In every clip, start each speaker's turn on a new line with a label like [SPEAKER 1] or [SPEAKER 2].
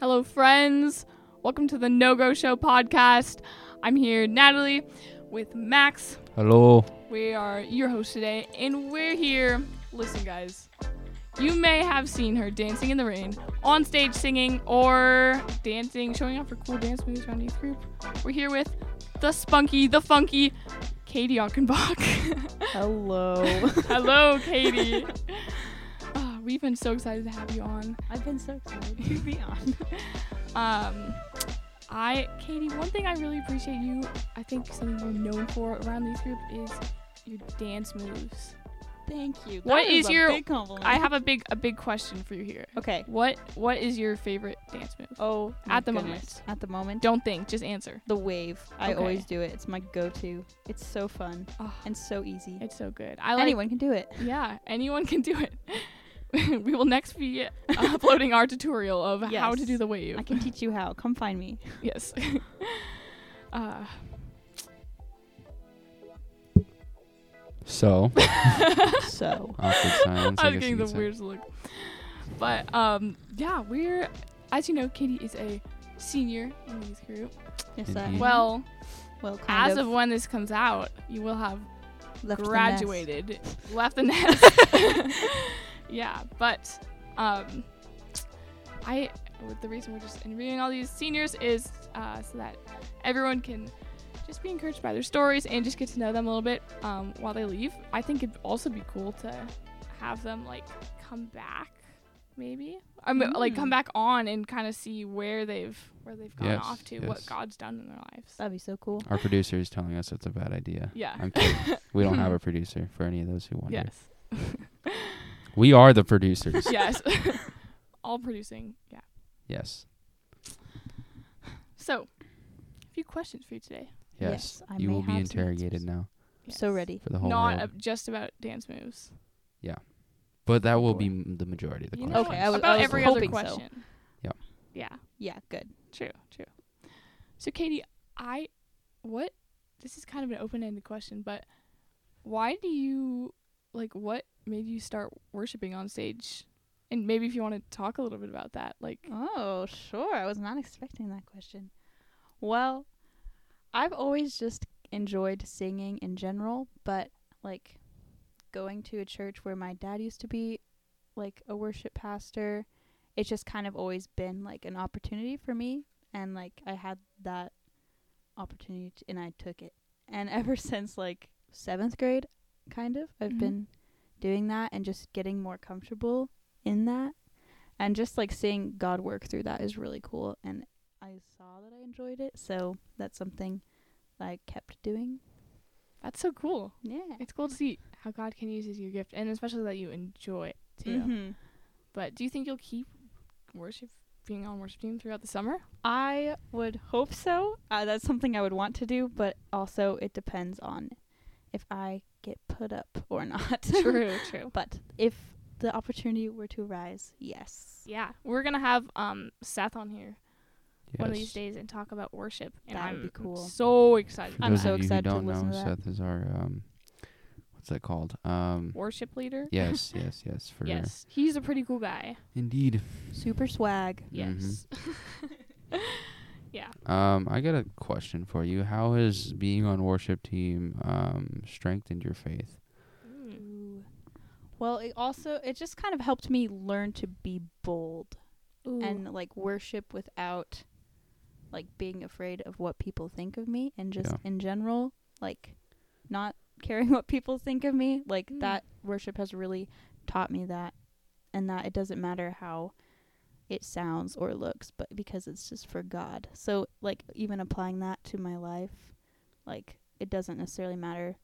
[SPEAKER 1] Hello, friends. Welcome to the No Go Show podcast. I'm here, Natalie, with Max.
[SPEAKER 2] Hello.
[SPEAKER 1] We are your hosts today, and we're here. Listen, guys, you may have seen her dancing in the rain, on stage singing, or dancing, showing off her cool dance moves around youth group. We're here with the spunky, the funky Katie Achenbach.
[SPEAKER 3] Hello.
[SPEAKER 1] Hello, Katie. Ah, we've been so excited to have you on.
[SPEAKER 3] I've been so excited to be on.
[SPEAKER 1] Um, I, Katie, one thing I really appreciate you, I think something you're known for around these group is your dance moves.
[SPEAKER 3] Thank you.
[SPEAKER 1] What
[SPEAKER 3] That is,
[SPEAKER 1] is
[SPEAKER 3] a
[SPEAKER 1] your-
[SPEAKER 3] big compliment?
[SPEAKER 1] I have a big, a big question for you here.
[SPEAKER 3] okay.
[SPEAKER 1] What, what is your favorite dance move?
[SPEAKER 3] Oh,
[SPEAKER 1] my
[SPEAKER 3] at the
[SPEAKER 1] goodness.
[SPEAKER 3] moment. At the moment,
[SPEAKER 1] Don't think, just answer.
[SPEAKER 3] the wave. I
[SPEAKER 1] Okay.
[SPEAKER 3] always do it. It's my go-to. It's so fun
[SPEAKER 1] Oh,
[SPEAKER 3] and so easy.
[SPEAKER 1] it's so good. I like.
[SPEAKER 3] Anyone can do it.
[SPEAKER 1] Yeah, anyone can do it. we will next be uh, uploading our tutorial of how to
[SPEAKER 3] Yes.
[SPEAKER 1] do the wave.
[SPEAKER 3] I can teach you how. Come find me.
[SPEAKER 1] Yes. uh,
[SPEAKER 2] So,
[SPEAKER 3] So
[SPEAKER 2] awkward silence.
[SPEAKER 1] I was
[SPEAKER 2] guess you
[SPEAKER 1] getting the
[SPEAKER 2] could say.
[SPEAKER 1] weirdest look. But um, yeah, we're as you know, Katie is a senior in youth group.
[SPEAKER 3] yes, I
[SPEAKER 2] Indeed. Mhm.
[SPEAKER 1] Well,
[SPEAKER 3] well, kind
[SPEAKER 1] as of when this comes out, you will have
[SPEAKER 3] left the nest.
[SPEAKER 1] graduated, left the nest. yeah, but um, I with the reason we're just interviewing all these seniors is uh, so that everyone can just be encouraged by their stories and just get to know them a little bit um, while they leave. I think it'd also be cool to have them like come back, maybe. I mean, like come
[SPEAKER 3] Mm.
[SPEAKER 1] back on and kind of see where they've where they've gone
[SPEAKER 2] Yes,
[SPEAKER 1] off to, what
[SPEAKER 2] yes.
[SPEAKER 1] God's done in their lives.
[SPEAKER 3] That'd be so cool.
[SPEAKER 2] Our producer is telling us it's a bad idea.
[SPEAKER 1] yeah.
[SPEAKER 2] I'm kidding. We don't have a producer for any of those who wonder.
[SPEAKER 1] yes.
[SPEAKER 2] We are the producers.
[SPEAKER 1] yes. All producing. Yeah.
[SPEAKER 2] yes.
[SPEAKER 1] So, a few questions for you today.
[SPEAKER 2] Yes.
[SPEAKER 3] Yes, I
[SPEAKER 2] you
[SPEAKER 3] may
[SPEAKER 2] will be
[SPEAKER 3] have some
[SPEAKER 2] interrogated
[SPEAKER 3] answers.
[SPEAKER 2] now
[SPEAKER 3] So
[SPEAKER 1] Yes.
[SPEAKER 3] ready.
[SPEAKER 2] for the whole
[SPEAKER 1] Not
[SPEAKER 2] world.
[SPEAKER 1] ab- just about dance moves.
[SPEAKER 2] but that will
[SPEAKER 3] boy.
[SPEAKER 2] be m- the majority of the
[SPEAKER 1] You know,
[SPEAKER 2] questions.
[SPEAKER 3] Okay, I was-
[SPEAKER 1] about
[SPEAKER 3] I was
[SPEAKER 1] every other
[SPEAKER 3] hoping so.
[SPEAKER 1] question.
[SPEAKER 2] Yep.
[SPEAKER 1] Yeah.
[SPEAKER 3] Yeah, good.
[SPEAKER 1] True. True. So, Katie, I, what? This is kind of an open-ended question, but why do you like? What made you start worshiping on stage? And maybe if you want to talk a little bit about that, like,
[SPEAKER 3] Oh, sure. I was not expecting that question. Well, I've always just enjoyed singing in general, but like going to a church where my dad used to be like a worship pastor, it's just kind of always been like an opportunity for me and like I had that opportunity t- and I took it. And ever since like 7th grade kind of, I've
[SPEAKER 1] Mhm.
[SPEAKER 3] been doing that and just getting more comfortable in that and just like seeing God work through that is really cool. And I saw that I enjoyed it, so that's something that I kept doing.
[SPEAKER 1] that's so cool.
[SPEAKER 3] Yeah.
[SPEAKER 1] It's cool to see how God can use your gift, and especially that you enjoy it too.
[SPEAKER 3] Mm-hmm.
[SPEAKER 1] But do you think you'll keep worship being on worship team throughout the summer?
[SPEAKER 3] I would hope so. Uh, that's something I would want to do, but also it depends on if I get put up or not.
[SPEAKER 1] True, true.
[SPEAKER 3] but if the opportunity were to arise, yes.
[SPEAKER 1] Yeah, we're gonna have um Seth on here one of
[SPEAKER 2] Yes.
[SPEAKER 1] these days and talk about worship. And
[SPEAKER 3] That
[SPEAKER 1] I'm
[SPEAKER 3] would be cool.
[SPEAKER 1] So excited.
[SPEAKER 2] For
[SPEAKER 1] about
[SPEAKER 3] I'm
[SPEAKER 2] those
[SPEAKER 1] that.
[SPEAKER 3] so
[SPEAKER 2] of you
[SPEAKER 3] excited to
[SPEAKER 2] who don't
[SPEAKER 3] listen
[SPEAKER 2] know,
[SPEAKER 3] to that.
[SPEAKER 2] Seth is our um, what's that called? Um,
[SPEAKER 1] worship leader.
[SPEAKER 2] yes, yes, yes. For
[SPEAKER 1] Yes, he's a pretty cool guy.
[SPEAKER 2] indeed.
[SPEAKER 3] Super swag.
[SPEAKER 2] Mm-hmm.
[SPEAKER 1] Yes. yeah.
[SPEAKER 2] Um, I got a question for you. How has being on worship team um strengthened your faith?
[SPEAKER 1] Mm.
[SPEAKER 3] Ooh. Well, it also it just kind of helped me learn to be bold and like worship without like being afraid of what people think of me and just
[SPEAKER 2] Yeah.
[SPEAKER 3] in general like not caring what people think of me like
[SPEAKER 1] Mm.
[SPEAKER 3] that worship has really taught me that and that it doesn't matter how it sounds or looks but because it's just for God so like even applying that to my life like it doesn't necessarily matter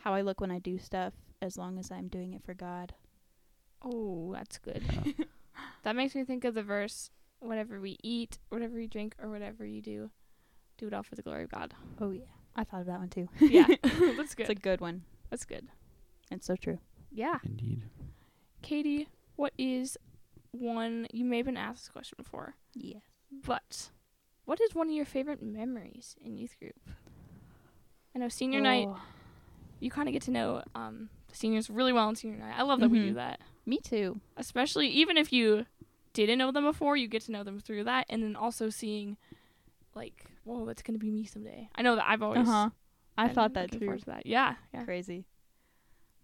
[SPEAKER 3] how I look when I do stuff as long as I'm doing it for God
[SPEAKER 1] oh, that's good.
[SPEAKER 2] Yeah.
[SPEAKER 1] that makes me think of the verse: "Whatever we eat, whatever you drink, or whatever you do, do it all for the glory of God."
[SPEAKER 3] oh yeah I thought of that one too
[SPEAKER 1] yeah, that's good.
[SPEAKER 3] it's a good one
[SPEAKER 1] that's good.
[SPEAKER 3] it's so true
[SPEAKER 1] Yeah.
[SPEAKER 2] Indeed.
[SPEAKER 1] Katie, what is one you may have been asked this question before,
[SPEAKER 3] yeah
[SPEAKER 1] but what is one of your favorite memories in youth group? I know senior night,
[SPEAKER 3] Oh.
[SPEAKER 1] you kind of get to know
[SPEAKER 3] Mm-hmm.
[SPEAKER 1] um, the seniors really well in senior night. I love that we do
[SPEAKER 3] Mhm.
[SPEAKER 1] that,
[SPEAKER 3] Me too.
[SPEAKER 1] especially even if you didn't know them before, you get to know them through that, and then also seeing, like, whoa, that's gonna be me someday. I know that I've always.
[SPEAKER 3] Uh huh. I
[SPEAKER 1] been
[SPEAKER 3] thought that
[SPEAKER 1] looking
[SPEAKER 3] too.
[SPEAKER 1] forward to that. Yeah, yeah.
[SPEAKER 3] Crazy.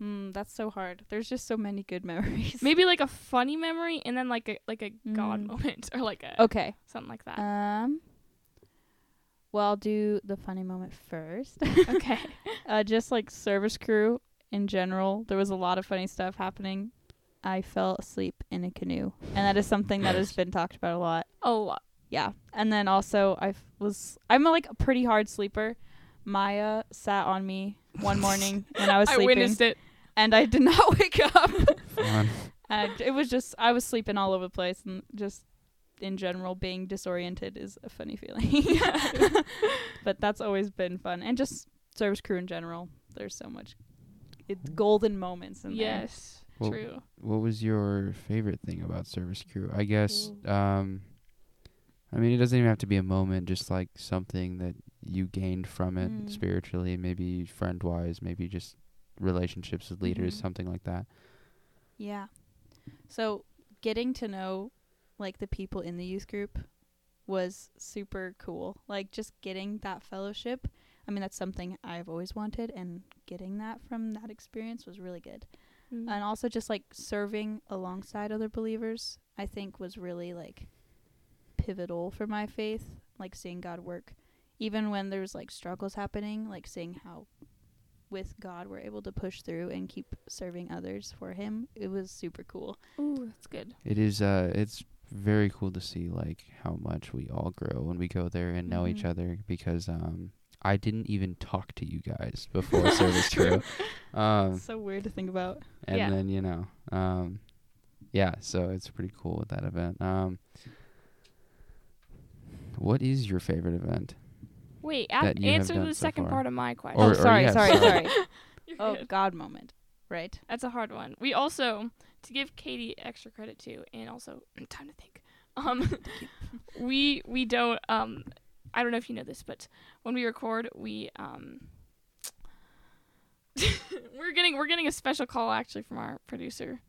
[SPEAKER 3] Mm, that's so hard. There's just so many good memories.
[SPEAKER 1] Maybe like a funny memory, and then like a like a god
[SPEAKER 3] Mm.
[SPEAKER 1] moment or like a
[SPEAKER 3] Okay.
[SPEAKER 1] something like that.
[SPEAKER 3] Um. Well, I'll do the funny moment first.
[SPEAKER 1] okay.
[SPEAKER 3] uh, just like service crew in general, there was a lot of funny stuff happening. I fell asleep in a canoe, and that is something that has been talked about a lot.
[SPEAKER 1] Oh,
[SPEAKER 3] Yeah, and then also I f- was I'm like a pretty hard sleeper. Maya sat on me one morning when I was
[SPEAKER 1] I
[SPEAKER 3] sleeping,
[SPEAKER 1] witnessed it.
[SPEAKER 3] and I did not wake up.
[SPEAKER 2] Fun.
[SPEAKER 3] and it was just I was sleeping all over the place, and just in general being disoriented is a funny feeling. but that's always been fun, and just service crew in general. There's so much it's golden moments in there.
[SPEAKER 1] Yes,
[SPEAKER 2] Well,
[SPEAKER 1] true.
[SPEAKER 2] what was your favorite thing about service crew? I guess um I mean it doesn't even have to be a moment, just like something that you gained from it
[SPEAKER 3] Mm.
[SPEAKER 2] spiritually, maybe friend wise, maybe just relationships with leaders,
[SPEAKER 3] Mhm.
[SPEAKER 2] something like that.
[SPEAKER 3] Yeah. So getting to know like the people in the youth group was super cool. Like just getting that fellowship. I mean that's something I've always wanted and getting that from that experience was really good.
[SPEAKER 1] Mm.
[SPEAKER 3] And also just like serving alongside other believers, I think was really like pivotal for my faith, like seeing God work even when there's like struggles happening, like seeing how with God we're able to push through and keep serving others for him. It was super cool.
[SPEAKER 1] Ooh, that's good.
[SPEAKER 2] It is uh it's very cool to see like how much we all grow when we go there and know each
[SPEAKER 1] Mm-hmm.
[SPEAKER 3] Mhm.
[SPEAKER 2] other because um I didn't even talk to you guys before service crew. Um
[SPEAKER 3] so weird to think about.
[SPEAKER 2] and
[SPEAKER 1] Yeah.
[SPEAKER 2] then you know um yeah so it's pretty cool with that event um what is your favorite event
[SPEAKER 1] Wait,
[SPEAKER 2] That
[SPEAKER 1] a-
[SPEAKER 2] you have
[SPEAKER 1] answer
[SPEAKER 2] done
[SPEAKER 1] the
[SPEAKER 2] so
[SPEAKER 1] second
[SPEAKER 2] far.
[SPEAKER 1] part of my question.
[SPEAKER 2] Or-
[SPEAKER 3] oh,
[SPEAKER 2] or
[SPEAKER 3] sorry,
[SPEAKER 2] yes,
[SPEAKER 3] sorry,
[SPEAKER 2] sorry.
[SPEAKER 3] sorry.
[SPEAKER 1] You're
[SPEAKER 3] oh,
[SPEAKER 1] good.
[SPEAKER 3] God moment. Right.
[SPEAKER 1] That's a hard one. We also, to give Katie extra credit too, and also time to think. Um, we we don't. Um, I don't know if you know this, but when we record, we um, we're getting we're getting a special call actually from our producer,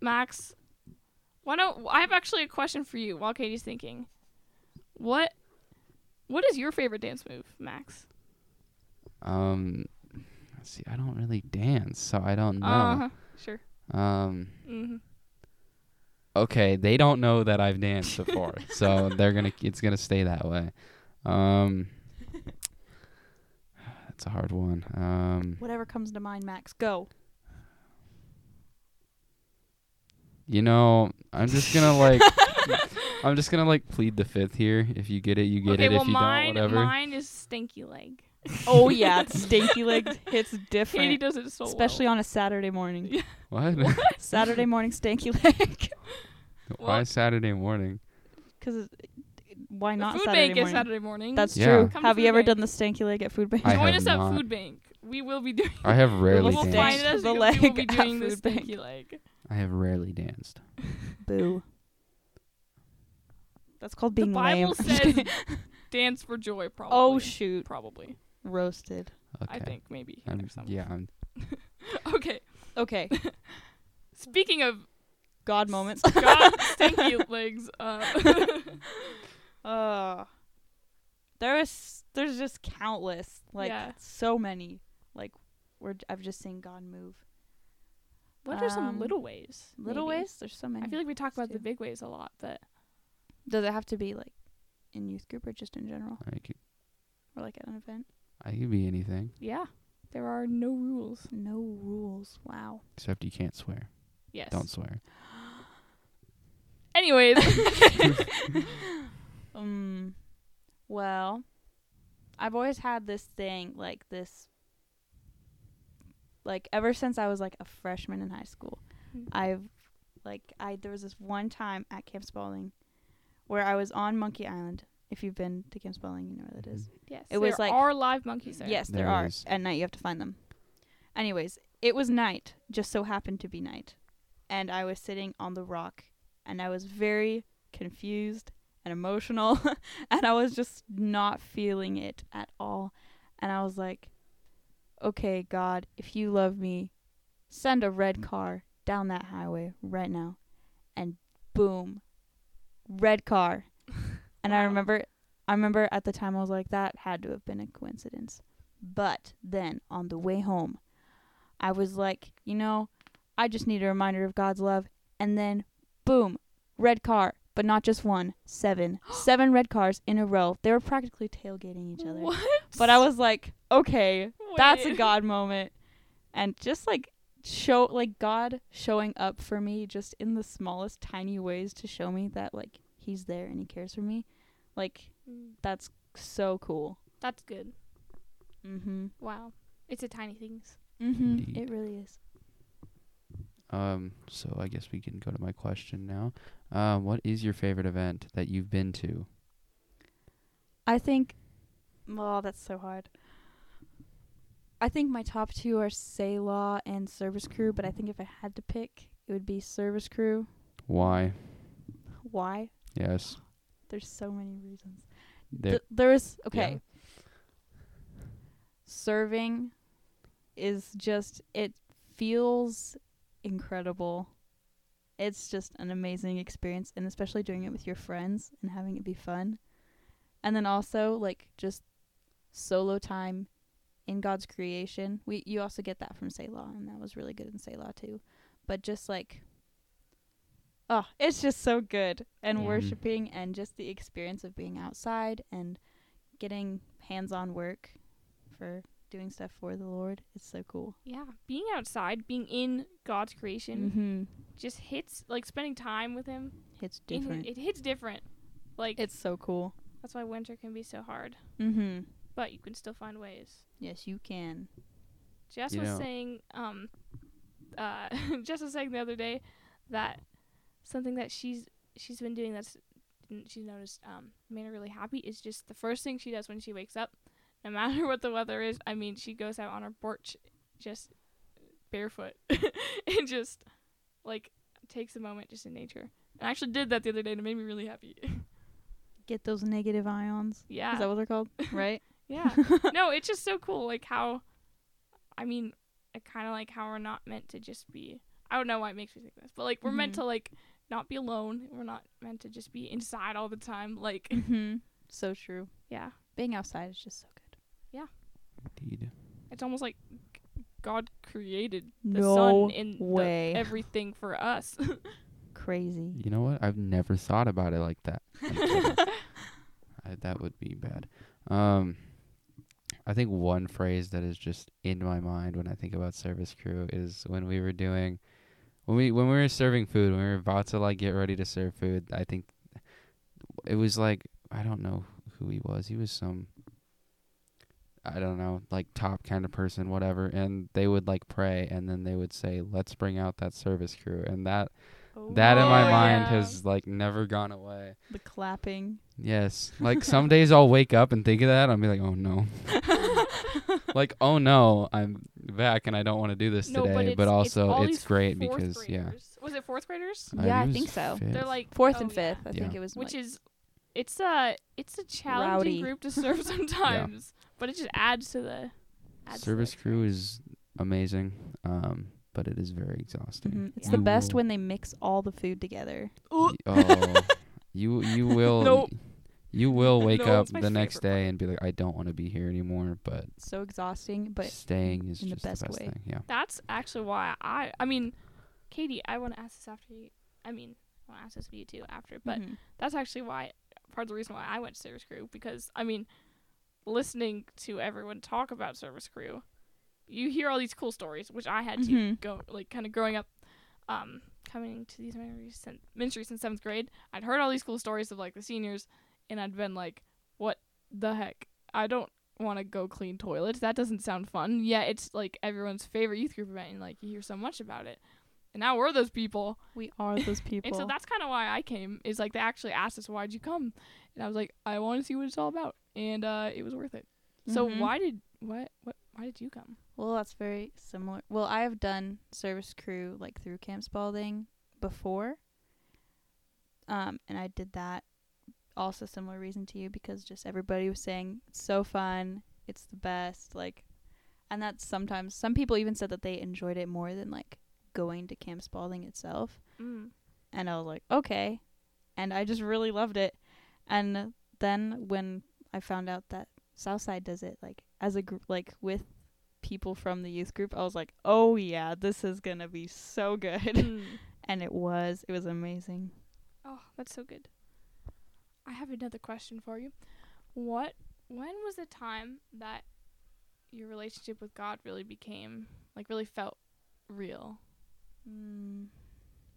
[SPEAKER 1] Max. Why don't I have actually a question for you while Katie's thinking. What what is your favorite dance move, Max?
[SPEAKER 2] um let's see i don't really dance so i don't know
[SPEAKER 1] Uh-huh. Sure.
[SPEAKER 2] um
[SPEAKER 1] hmm
[SPEAKER 2] okay they don't know that i've danced before so they're gonna it's gonna stay that way um that's a hard one um
[SPEAKER 3] Whatever comes to mind, Max, go.
[SPEAKER 2] you know i'm just gonna like i'm just gonna like plead the fifth here if you get it you get
[SPEAKER 1] okay,
[SPEAKER 2] it
[SPEAKER 1] well
[SPEAKER 2] if you
[SPEAKER 1] mine
[SPEAKER 2] don't whatever
[SPEAKER 1] mine is stinky leg.
[SPEAKER 3] oh yeah, it's stinky legs hits
[SPEAKER 1] Katie
[SPEAKER 3] different.
[SPEAKER 1] does it so
[SPEAKER 3] Especially
[SPEAKER 1] well.
[SPEAKER 3] on a Saturday morning.
[SPEAKER 1] Yeah.
[SPEAKER 2] what
[SPEAKER 3] Saturday morning stinky leg.
[SPEAKER 2] Why
[SPEAKER 1] Well-
[SPEAKER 2] Saturday morning?
[SPEAKER 3] Cuz why
[SPEAKER 1] The
[SPEAKER 3] not
[SPEAKER 1] food
[SPEAKER 3] Saturday
[SPEAKER 1] bank
[SPEAKER 3] morning?
[SPEAKER 1] is Saturday morning.
[SPEAKER 3] That's
[SPEAKER 2] Yeah.
[SPEAKER 3] true.
[SPEAKER 1] Come to
[SPEAKER 3] Have you
[SPEAKER 1] food
[SPEAKER 3] ever
[SPEAKER 1] bank.
[SPEAKER 3] done the stanky leg at food bank?
[SPEAKER 2] I
[SPEAKER 1] join
[SPEAKER 2] have
[SPEAKER 1] us at
[SPEAKER 2] not.
[SPEAKER 1] food bank. We will be doing.
[SPEAKER 2] I have rarely
[SPEAKER 1] We'll
[SPEAKER 3] We'll
[SPEAKER 2] danced.
[SPEAKER 1] find us
[SPEAKER 3] dance.
[SPEAKER 1] because we
[SPEAKER 3] The
[SPEAKER 1] will
[SPEAKER 3] leg
[SPEAKER 1] be
[SPEAKER 3] at
[SPEAKER 1] doing the
[SPEAKER 3] food bank.
[SPEAKER 1] stinky leg.
[SPEAKER 2] I have rarely danced.
[SPEAKER 3] Boo. That's called
[SPEAKER 1] The
[SPEAKER 3] being lame.
[SPEAKER 1] Bible says dance for joy. Probably.
[SPEAKER 3] oh shoot,
[SPEAKER 1] probably.
[SPEAKER 3] roasted.
[SPEAKER 2] Okay.
[SPEAKER 1] I think maybe.
[SPEAKER 2] I'm-
[SPEAKER 1] next time.
[SPEAKER 2] yeah, I'm
[SPEAKER 1] Okay.
[SPEAKER 3] Okay,
[SPEAKER 1] Speaking of
[SPEAKER 3] God moments.
[SPEAKER 1] God stinky legs, uh,
[SPEAKER 3] Uh, there is there's just countless like
[SPEAKER 1] Yeah.
[SPEAKER 3] so many like we're j- I've just seen God move.
[SPEAKER 1] what are some
[SPEAKER 3] Um,
[SPEAKER 1] little ways?
[SPEAKER 3] Little
[SPEAKER 1] maybe?
[SPEAKER 3] ways, there's so many.
[SPEAKER 1] I feel like we talk about the
[SPEAKER 3] too.
[SPEAKER 1] big ways a lot, but
[SPEAKER 3] Does it have to be like in youth group or just in general
[SPEAKER 2] I could
[SPEAKER 3] or like at an event?
[SPEAKER 2] I could be anything
[SPEAKER 1] yeah, there are no rules.
[SPEAKER 3] No rules. Wow.
[SPEAKER 2] except you can't swear.
[SPEAKER 1] Yes.
[SPEAKER 2] Don't swear.
[SPEAKER 1] Anyways,
[SPEAKER 3] Um, well, I've always had this thing, like this, like ever since I was like a freshman in high school,
[SPEAKER 1] Mm.
[SPEAKER 3] I've like I there was this one time at Camp Spaulding where I was on Monkey Island. If you've been to Camp Spaulding, you know where that is.
[SPEAKER 1] yes,
[SPEAKER 3] It was
[SPEAKER 1] there
[SPEAKER 3] like-
[SPEAKER 1] are live monkeys there.
[SPEAKER 3] Yes, there,
[SPEAKER 2] There
[SPEAKER 3] are.
[SPEAKER 2] is.
[SPEAKER 3] At night, you have to find them. Anyways, it was night, just so happened to be night. And I was sitting on the rock, and I was very confused and emotional, and I was just not feeling it at all. And I was like, okay, God, if you love me, send a red car down that highway right now and boom, red car. And I
[SPEAKER 1] Wow.
[SPEAKER 3] remember, I remember at the time I was like, that had to have been a coincidence. But then on the way home, I was like, you know, I just need a reminder of God's love. And then, boom, red car, but not just one, seven, seven red cars in a row. They were practically tailgating each other.
[SPEAKER 1] What?
[SPEAKER 3] But I was like, okay, that's a
[SPEAKER 1] Wait.
[SPEAKER 3] God moment. And just like show like God showing up for me just in the smallest tiny ways to show me that like he's there and he cares for me. Like
[SPEAKER 1] Mm,
[SPEAKER 3] that's so cool.
[SPEAKER 1] That's good.
[SPEAKER 3] Mhm.
[SPEAKER 1] Wow. It's a tiny things.
[SPEAKER 3] Mhm.
[SPEAKER 2] Indeed.
[SPEAKER 3] It really is.
[SPEAKER 2] Um, so I guess we can go to my question now. Um, what is your favorite event that you've been to?
[SPEAKER 3] I think well, that's so hard. I think my top 2 are Saylaw and Service Crew, but I think if I had to pick, it would be Service Crew.
[SPEAKER 2] Why?
[SPEAKER 3] Why?
[SPEAKER 2] Yes.
[SPEAKER 3] There's so many reasons.
[SPEAKER 2] There.
[SPEAKER 3] Th- there is
[SPEAKER 2] yeah.
[SPEAKER 3] okay. Serving is just it feels incredible. It's just an amazing experience and especially doing it with your friends and having it be fun. And then also like just solo time in God's creation. We you also get that from Selah and that was really good in Selah too. But just like oh, it's just so good and
[SPEAKER 2] Mhm.
[SPEAKER 3] worshiping and just the experience of being outside and getting hands-on work for doing stuff for the Lord is so cool.
[SPEAKER 1] Yeah. Being outside, being in God's creation,
[SPEAKER 3] Mm-hmm.
[SPEAKER 1] just hits like spending time with Him.
[SPEAKER 3] It's
[SPEAKER 1] in His-
[SPEAKER 3] different.
[SPEAKER 1] it hits different. Like
[SPEAKER 3] It's so cool.
[SPEAKER 1] that's why winter can be so hard,
[SPEAKER 3] Mm-hmm.
[SPEAKER 1] but you can still find ways.
[SPEAKER 3] Yes, you can.
[SPEAKER 1] Jess
[SPEAKER 2] You
[SPEAKER 1] was
[SPEAKER 2] know-
[SPEAKER 1] saying, um, uh, Jess was saying the other day that something that she's she's been doing that's n- she's noticed um made her really happy is just the first thing she does when she wakes up, no matter what the weather is. I mean, she goes out on her porch, just barefoot, and just like takes a moment just in nature. And I actually did that the other day, and it made me really happy.
[SPEAKER 3] Get those negative ions. Is that
[SPEAKER 1] yeah,
[SPEAKER 3] what they're called? Right?
[SPEAKER 1] yeah. no, it's just so cool. Like how, I mean, I kind of like how we're not meant to just be. I don't know why it makes me think this, but like we're meant
[SPEAKER 3] Mhm.
[SPEAKER 1] to like not be alone. We're not meant to just be inside all the time. Like
[SPEAKER 3] mm-hmm. So true.
[SPEAKER 1] yeah,
[SPEAKER 3] Being outside is just so good.
[SPEAKER 2] Indeed.
[SPEAKER 1] it's almost like g- God created the
[SPEAKER 3] No
[SPEAKER 1] sun and the-
[SPEAKER 3] way.
[SPEAKER 1] everything for us.
[SPEAKER 3] Crazy.
[SPEAKER 2] You know what? I've never thought about it like that. I'm kidding. I, that would be bad. Um, I think one phrase that is just in my mind when I think about service crew is when we were doing, when we when we were serving food, when we were about to like get ready to serve food. I think it was like I don't know who he was. He was some. I don't know, like top kind of person, whatever. And they would like pray, and then they would say, "Let's bring out that service crew," and that that in my
[SPEAKER 1] Oh,
[SPEAKER 2] mind
[SPEAKER 1] yeah.
[SPEAKER 2] has like never gone away.
[SPEAKER 3] The clapping.
[SPEAKER 2] Yes. Like some days I'll wake up and think of that. I'll be like, oh no. like, oh no, I'm back and I don't want to do this
[SPEAKER 1] no, but
[SPEAKER 2] today.
[SPEAKER 1] it's,
[SPEAKER 2] But, also,
[SPEAKER 1] all
[SPEAKER 2] it's,
[SPEAKER 1] these
[SPEAKER 2] great
[SPEAKER 1] fourth
[SPEAKER 2] because, yeah.
[SPEAKER 1] graders. Was it fourth graders?
[SPEAKER 3] Yeah, I
[SPEAKER 2] it was
[SPEAKER 3] think so.
[SPEAKER 2] fifth.
[SPEAKER 1] They're like
[SPEAKER 3] Fourth
[SPEAKER 1] oh,
[SPEAKER 3] and
[SPEAKER 1] yeah.
[SPEAKER 3] fifth. I think
[SPEAKER 2] Yeah.
[SPEAKER 3] it was
[SPEAKER 1] which
[SPEAKER 3] like,
[SPEAKER 1] is it's a it's a challenging
[SPEAKER 3] Rowdy.
[SPEAKER 1] group to serve sometimes, but it just adds to the adds to the
[SPEAKER 2] service crew is amazing, um, but it is very exhausting.
[SPEAKER 3] Mhm. it's
[SPEAKER 1] Yeah.
[SPEAKER 3] the
[SPEAKER 2] You
[SPEAKER 3] best
[SPEAKER 2] will-
[SPEAKER 3] when they mix all the food together.
[SPEAKER 2] y- oh, you you will
[SPEAKER 1] Mm-hmm. Nope.
[SPEAKER 2] you will wake
[SPEAKER 1] No,
[SPEAKER 2] up
[SPEAKER 1] it's my
[SPEAKER 2] the next
[SPEAKER 1] favorite
[SPEAKER 2] day
[SPEAKER 1] part.
[SPEAKER 2] and be like, I don't want to be here anymore. But,
[SPEAKER 3] So exhausting, but
[SPEAKER 2] staying is
[SPEAKER 3] in the
[SPEAKER 2] just
[SPEAKER 3] best
[SPEAKER 2] the best
[SPEAKER 3] way.
[SPEAKER 2] thing. Yeah.
[SPEAKER 1] That's actually why I I mean, Katie, I want to ask this after you. I mean, I want to ask this to you too after, but
[SPEAKER 3] Mhm.
[SPEAKER 1] that's actually why part of the reason why I went to service crew because I mean, listening to everyone talk about service crew, you hear all these cool stories, which I had to
[SPEAKER 3] Mhm.
[SPEAKER 1] go like kind of growing up, um, coming to these ministries sin- ministries in seventh grade. I'd heard all these cool stories of like the seniors, and I'd been like, what the heck? I don't want to go clean toilets. That doesn't sound fun. Yeah, it's like everyone's favorite youth group event, and like you hear so much about it. And now we're those people.
[SPEAKER 3] we are those people.
[SPEAKER 1] And so that's kind of why I came. Is like they actually asked us, "Why'd you come?" And I was like, "I want to see what it's all about," and uh, it was worth it. So
[SPEAKER 3] Mhm.
[SPEAKER 1] why did what what why did you come?
[SPEAKER 3] Well, that's very similar. Well, I have done service crew like through Camp Spalding before. Um, and I did that also similar reason to you because just everybody was saying it's so fun, it's the best, like and that's sometimes some people even said that they enjoyed it more than like going to Camp Spalding itself.
[SPEAKER 1] Mm.
[SPEAKER 3] and I was like, okay. And I just really loved it. And then when I found out that Southside does it, like as a group, like with people from the youth group, I was like, oh yeah, this is gonna be so good.
[SPEAKER 1] Mm.
[SPEAKER 3] and it was. It was amazing.
[SPEAKER 1] Oh, that's so good. I have another question for you. What when was the time that your relationship with God really became like really felt real?
[SPEAKER 3] Mm.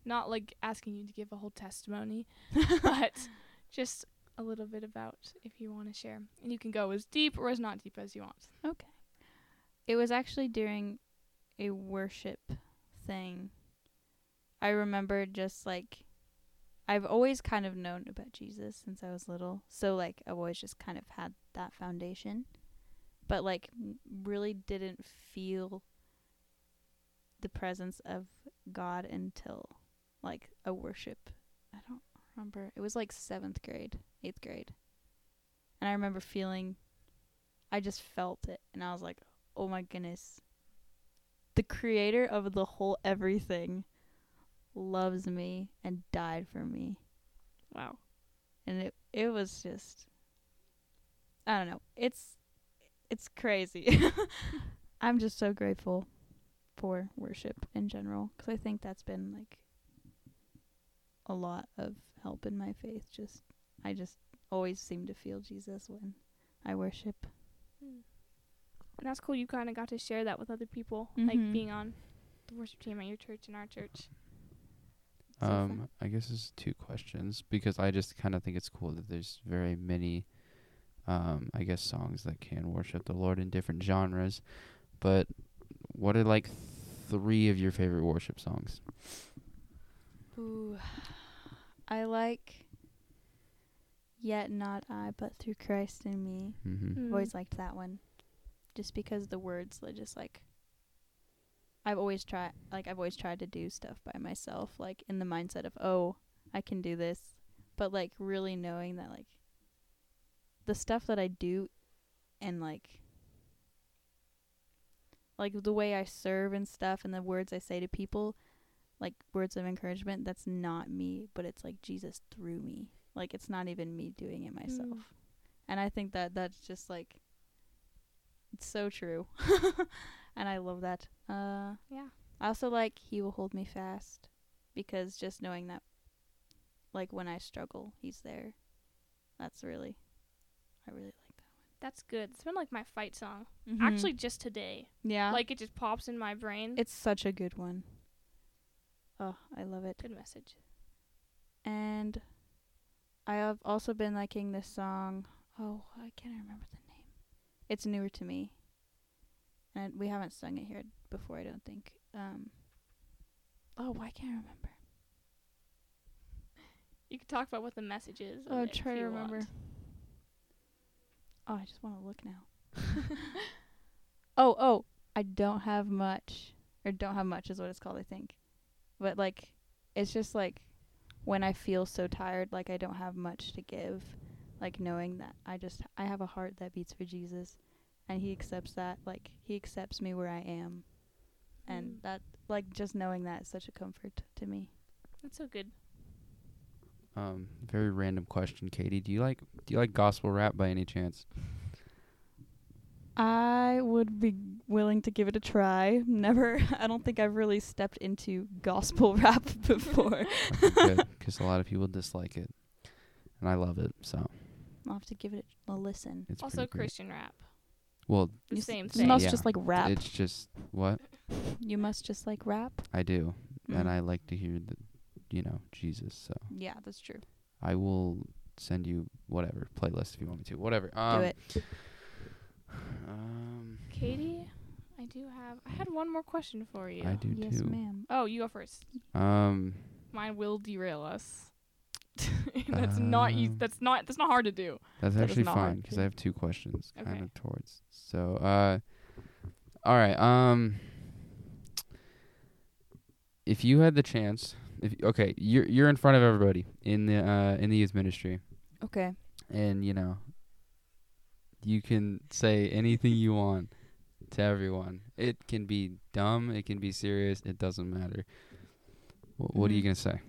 [SPEAKER 1] Not like asking you to give a whole testimony, but just a little bit about if you want to share. And you can go as deep or as not deep as you want.
[SPEAKER 3] Okay. It was actually during a worship thing. I remember just like I've always kind of known about Jesus since I was little. So like I've always just kind of had that foundation. But like n- really didn't feel the presence of God until like a worship. I don't remember. It was like 7th grade, 8th grade. And I remember feeling I just felt it and I was like, "Oh my goodness. The creator of the whole everything loves me and died for me."
[SPEAKER 1] Wow.
[SPEAKER 3] and it it was just I don't know. It's it's crazy. I'm just so grateful for worship in general cuz I think that's been like a lot of help in my faith. Just I just always seem to feel Jesus when I worship.
[SPEAKER 1] And that's cool. You kind of got to share that with other people,
[SPEAKER 3] Mhm.
[SPEAKER 1] like being on the worship team at your church and our church.
[SPEAKER 3] So fun.
[SPEAKER 2] Um, I guess it's two questions because I just kind of think it's cool that there's very many, um, I guess songs that can worship the Lord in different genres. But what are like three of your favorite worship songs?
[SPEAKER 3] Ooh. I like Yet Not I but Through Christ in Me.
[SPEAKER 2] Mm-hmm.
[SPEAKER 3] I've always liked that one, just because the words are just like. I've always tried, like I've always tried to do stuff by myself, like in the mindset of oh, I can do this, but like really knowing that like. The stuff that I do, and like. Like the way I serve and stuff, and the words I say to people, like words of encouragement. That's not me, but it's like Jesus through me. Like it's not even me doing it myself
[SPEAKER 1] Mm.
[SPEAKER 3] and I think that that's just like it's so true, and I love that. Uh,
[SPEAKER 1] Yeah.
[SPEAKER 3] I also like "He Will Hold Me Fast" because just knowing that, like when I struggle, He's there. That's really, I really like
[SPEAKER 1] That's good. It's been like my fight song.
[SPEAKER 3] that. one.
[SPEAKER 1] Actually, just today.
[SPEAKER 3] yeah,
[SPEAKER 1] Like it just pops in my brain.
[SPEAKER 3] it's such a good one. Oh, I love it.
[SPEAKER 1] good message.
[SPEAKER 3] and I have also been liking this song. Oh, I can't remember the name. It's newer to me, and we haven't sung it here before. I don't think. Um. Oh, why can't I remember?
[SPEAKER 1] You can talk about what the message is. of
[SPEAKER 3] Oh,
[SPEAKER 1] it
[SPEAKER 3] try
[SPEAKER 1] if
[SPEAKER 3] to
[SPEAKER 1] you want.
[SPEAKER 3] remember. Oh, I just want to look now. oh, oh, I don't have much, or don't have much is what it's called, I think. But like, it's just like when I feel so tired, like I don't have much to give, like knowing that I just I have a heart that beats for Jesus, and He accepts that, like He accepts me where I am, and
[SPEAKER 1] Mm.
[SPEAKER 3] that like just knowing that is such a comfort to me.
[SPEAKER 1] That's so good.
[SPEAKER 2] Um, very random question, Katie. Do you like do you like gospel rap by any chance?
[SPEAKER 3] I would be willing to give it a try. Never, I don't think I've really stepped into gospel rap before.
[SPEAKER 2] Because a lot of people dislike it, and I love it. So
[SPEAKER 3] I'll have to give it a listen.
[SPEAKER 2] it's
[SPEAKER 1] also,
[SPEAKER 2] pretty great.
[SPEAKER 1] Christian rap.
[SPEAKER 2] Well,
[SPEAKER 1] The
[SPEAKER 3] You s-
[SPEAKER 1] same
[SPEAKER 3] You
[SPEAKER 1] thing.
[SPEAKER 3] must
[SPEAKER 2] Yeah.
[SPEAKER 3] just like rap.
[SPEAKER 2] it's just what
[SPEAKER 3] you must just like rap.
[SPEAKER 2] I do,
[SPEAKER 3] Mm.
[SPEAKER 2] and I like to hear the, you know, Jesus. So.
[SPEAKER 3] Yeah, that's true.
[SPEAKER 2] I will send you whatever playlist if you want me to. Whatever. Um,
[SPEAKER 3] Do it.
[SPEAKER 2] Um,
[SPEAKER 1] Katie, I do have. I had one more question for you.
[SPEAKER 2] I do
[SPEAKER 3] Yes,
[SPEAKER 2] too.
[SPEAKER 3] ma'am.
[SPEAKER 1] Oh, you go first.
[SPEAKER 2] Um,
[SPEAKER 1] Mine will derail us. that's not easy.
[SPEAKER 2] Um,
[SPEAKER 1] That's not. That's not hard to do.
[SPEAKER 2] that's
[SPEAKER 1] That is
[SPEAKER 2] actually
[SPEAKER 1] not
[SPEAKER 2] fine
[SPEAKER 1] hard
[SPEAKER 2] because
[SPEAKER 1] to-
[SPEAKER 2] I have two questions
[SPEAKER 1] Okay.
[SPEAKER 2] kind of towards. So, uh, all right. Um, if you had the chance, if okay, you're you're in front of everybody in the uh, in the youth ministry,
[SPEAKER 3] Okay.
[SPEAKER 2] and you know, you can say anything you want to everyone. It can be dumb, it can be serious, it doesn't matter. Wh- what are you
[SPEAKER 3] Mhm.
[SPEAKER 2] gonna say?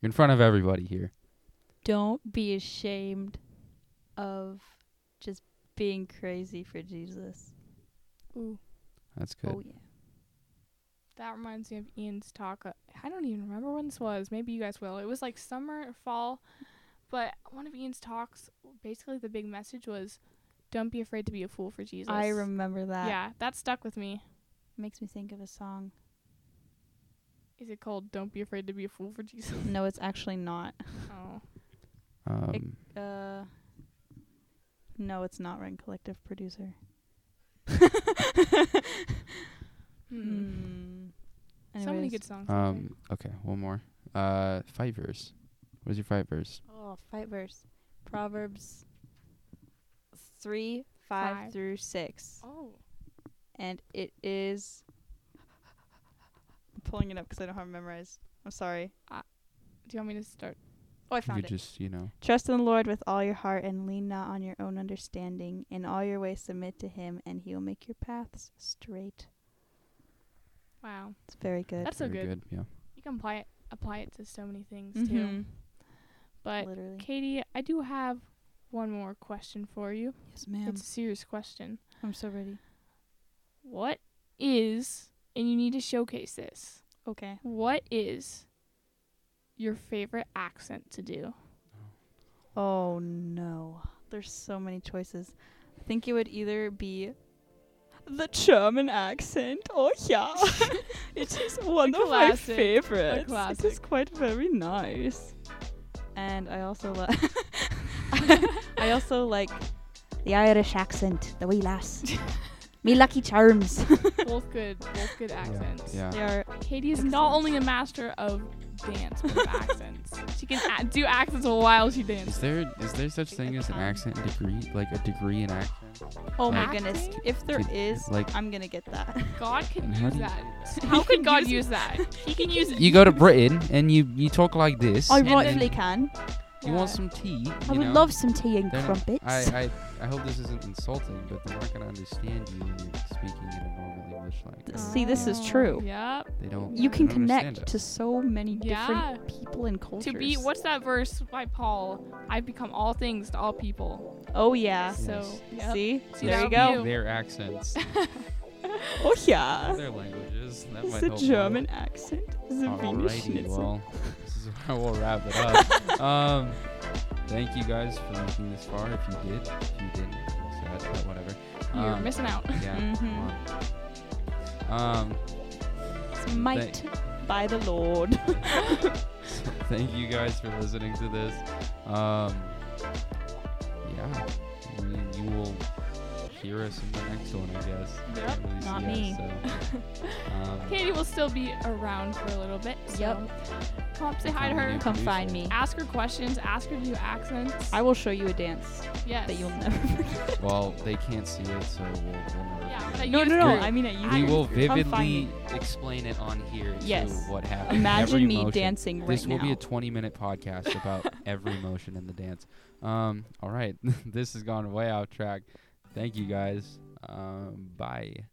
[SPEAKER 2] You're in front of everybody here.
[SPEAKER 3] Don't be ashamed of just being crazy for Jesus.
[SPEAKER 1] Ooh,
[SPEAKER 2] That's good.
[SPEAKER 3] Oh yeah.
[SPEAKER 1] that reminds me of Ian's talk. uh, I don't even remember when this was. Maybe you guys will. It was like summer or fall, but one of Ian's talks, basically the big message was, "Don't be afraid to be a fool for Jesus."
[SPEAKER 3] I remember that.
[SPEAKER 1] Yeah, that stuck with me.
[SPEAKER 3] Makes me think of a song.
[SPEAKER 1] Is it called "Don't Be Afraid to Be a Fool for Jesus"?
[SPEAKER 3] No, it's actually not.
[SPEAKER 1] oh,
[SPEAKER 2] Um,
[SPEAKER 3] Ex- Uh No, it's not Ren Collective producer.
[SPEAKER 1] hmm.
[SPEAKER 3] Hmm.
[SPEAKER 1] so many
[SPEAKER 3] Anyways.
[SPEAKER 1] good songs. out there.
[SPEAKER 2] um, okay, one more. Uh, fight verse. What is your fight verse?
[SPEAKER 3] Oh, fight verse. Proverbs 3, 5,
[SPEAKER 1] Five.
[SPEAKER 3] through 6.
[SPEAKER 1] Oh,
[SPEAKER 3] And it is. I'm pulling it up because I don't have it memorized. I'm sorry.
[SPEAKER 1] do you want me to start?
[SPEAKER 3] Oh, I
[SPEAKER 2] You
[SPEAKER 3] found
[SPEAKER 2] could
[SPEAKER 3] it.
[SPEAKER 2] just, you know.
[SPEAKER 3] Trust in the Lord with all your heart and lean not on your own understanding. In all your ways submit to him, and he will make your paths straight.
[SPEAKER 1] Wow,
[SPEAKER 3] It's very good.
[SPEAKER 1] that's so
[SPEAKER 2] very
[SPEAKER 1] good.
[SPEAKER 2] good. Yeah.
[SPEAKER 1] You can apply it apply it to so many things too.
[SPEAKER 3] Mhm.
[SPEAKER 1] But
[SPEAKER 3] Literally.
[SPEAKER 1] Katie, I do have one more question for you.
[SPEAKER 3] Yes, ma'am.
[SPEAKER 1] It's a serious question.
[SPEAKER 3] I'm so ready.
[SPEAKER 1] What is, and you need to showcase this,
[SPEAKER 3] Okay.
[SPEAKER 1] what is your favorite accent to do?
[SPEAKER 3] Oh no. There's so many choices. I think it would either be the German accent. Oh yeah. it is one of my
[SPEAKER 1] classic. A
[SPEAKER 3] favorites. It is
[SPEAKER 1] classic.
[SPEAKER 3] quite very nice. And I also like I also like the Irish accent, the wee lass. Me lucky charms.
[SPEAKER 1] both good, both good accents.
[SPEAKER 2] Yeah.
[SPEAKER 3] they are
[SPEAKER 1] Katie is not
[SPEAKER 3] Excellent.
[SPEAKER 1] only a master of dance, but of accents. She can a- do accents while she
[SPEAKER 2] Is
[SPEAKER 1] dances.
[SPEAKER 2] there is there such thing as an accent degree? Like a degree in accent?
[SPEAKER 3] Oh my
[SPEAKER 1] Acting?
[SPEAKER 3] goodness. If there
[SPEAKER 2] Did-
[SPEAKER 3] is,
[SPEAKER 2] like-
[SPEAKER 3] I'm gonna get that.
[SPEAKER 1] God can
[SPEAKER 2] And how
[SPEAKER 1] use
[SPEAKER 2] do you-
[SPEAKER 1] that. How could God use that? He can use it.
[SPEAKER 2] You go to Britain and you you talk like this.
[SPEAKER 3] I
[SPEAKER 2] and
[SPEAKER 3] rightfully
[SPEAKER 2] then
[SPEAKER 3] can.
[SPEAKER 2] You want
[SPEAKER 1] Yeah.
[SPEAKER 2] some tea? You
[SPEAKER 3] I would
[SPEAKER 2] know?
[SPEAKER 3] love some tea and
[SPEAKER 2] They're not-
[SPEAKER 3] crumpets.
[SPEAKER 2] I, I I hope this isn't insulting, but they're not gonna understand you when you're speaking in a normal English language.
[SPEAKER 3] See, this is
[SPEAKER 1] Oh,
[SPEAKER 3] true.
[SPEAKER 1] Yep.
[SPEAKER 2] They don't.
[SPEAKER 3] you
[SPEAKER 1] I
[SPEAKER 3] can
[SPEAKER 2] they don't understand
[SPEAKER 3] connect to so many
[SPEAKER 1] Yeah.
[SPEAKER 3] different people and cultures.
[SPEAKER 1] To be what's that verse by Paul? I've become all things to all people.
[SPEAKER 3] Oh yeah.
[SPEAKER 2] Yes.
[SPEAKER 1] So yep.
[SPEAKER 3] See?
[SPEAKER 1] See, that
[SPEAKER 3] There you
[SPEAKER 1] would be
[SPEAKER 2] it.
[SPEAKER 3] go.
[SPEAKER 2] Their accents,
[SPEAKER 3] Oh yeah.
[SPEAKER 2] their languages. That
[SPEAKER 3] It's
[SPEAKER 2] might
[SPEAKER 3] a
[SPEAKER 2] help
[SPEAKER 3] German accent. It's a
[SPEAKER 2] Out.
[SPEAKER 3] Wiener
[SPEAKER 2] Alrighty,
[SPEAKER 3] Schnitzel.
[SPEAKER 2] well, this is where we'll wrap it up. um, thank you guys for making this far. If you did, if you didn't, so that's but whatever.
[SPEAKER 1] You're
[SPEAKER 2] Um,
[SPEAKER 1] missing out.
[SPEAKER 2] Yeah.
[SPEAKER 3] Mhm.
[SPEAKER 2] come on. Um.
[SPEAKER 3] It's might by the Lord.
[SPEAKER 2] thank you guys for listening to this. Um, yeah, we, you will hear us in the next one, I guess.
[SPEAKER 1] Yep,
[SPEAKER 2] Can't really
[SPEAKER 3] not
[SPEAKER 2] see
[SPEAKER 3] me.
[SPEAKER 2] us, so, um,
[SPEAKER 1] Katie will still be around for a little bit. So Come up, say hi to her.
[SPEAKER 3] Come find me.
[SPEAKER 1] Ask her questions. Ask her to do accents.
[SPEAKER 3] I will show you a dance
[SPEAKER 1] yes.
[SPEAKER 3] that you'll never forget.
[SPEAKER 2] Well, they can't see it, so we'll. we'll never
[SPEAKER 1] Yeah,
[SPEAKER 2] forget
[SPEAKER 1] but
[SPEAKER 2] it.
[SPEAKER 1] you-
[SPEAKER 3] No, no, no.
[SPEAKER 2] We're-
[SPEAKER 3] I mean at you.
[SPEAKER 2] we will
[SPEAKER 3] Come find
[SPEAKER 2] vividly
[SPEAKER 3] me.
[SPEAKER 2] explain it on here.
[SPEAKER 3] Yes.
[SPEAKER 2] To what happened? every
[SPEAKER 3] Imagine me
[SPEAKER 2] motion.
[SPEAKER 3] dancing right
[SPEAKER 2] This
[SPEAKER 3] now.
[SPEAKER 2] will be a 20 minute podcast about every motion in the dance. Um, all right. this has gone way off track. Thank you guys. Um, bye.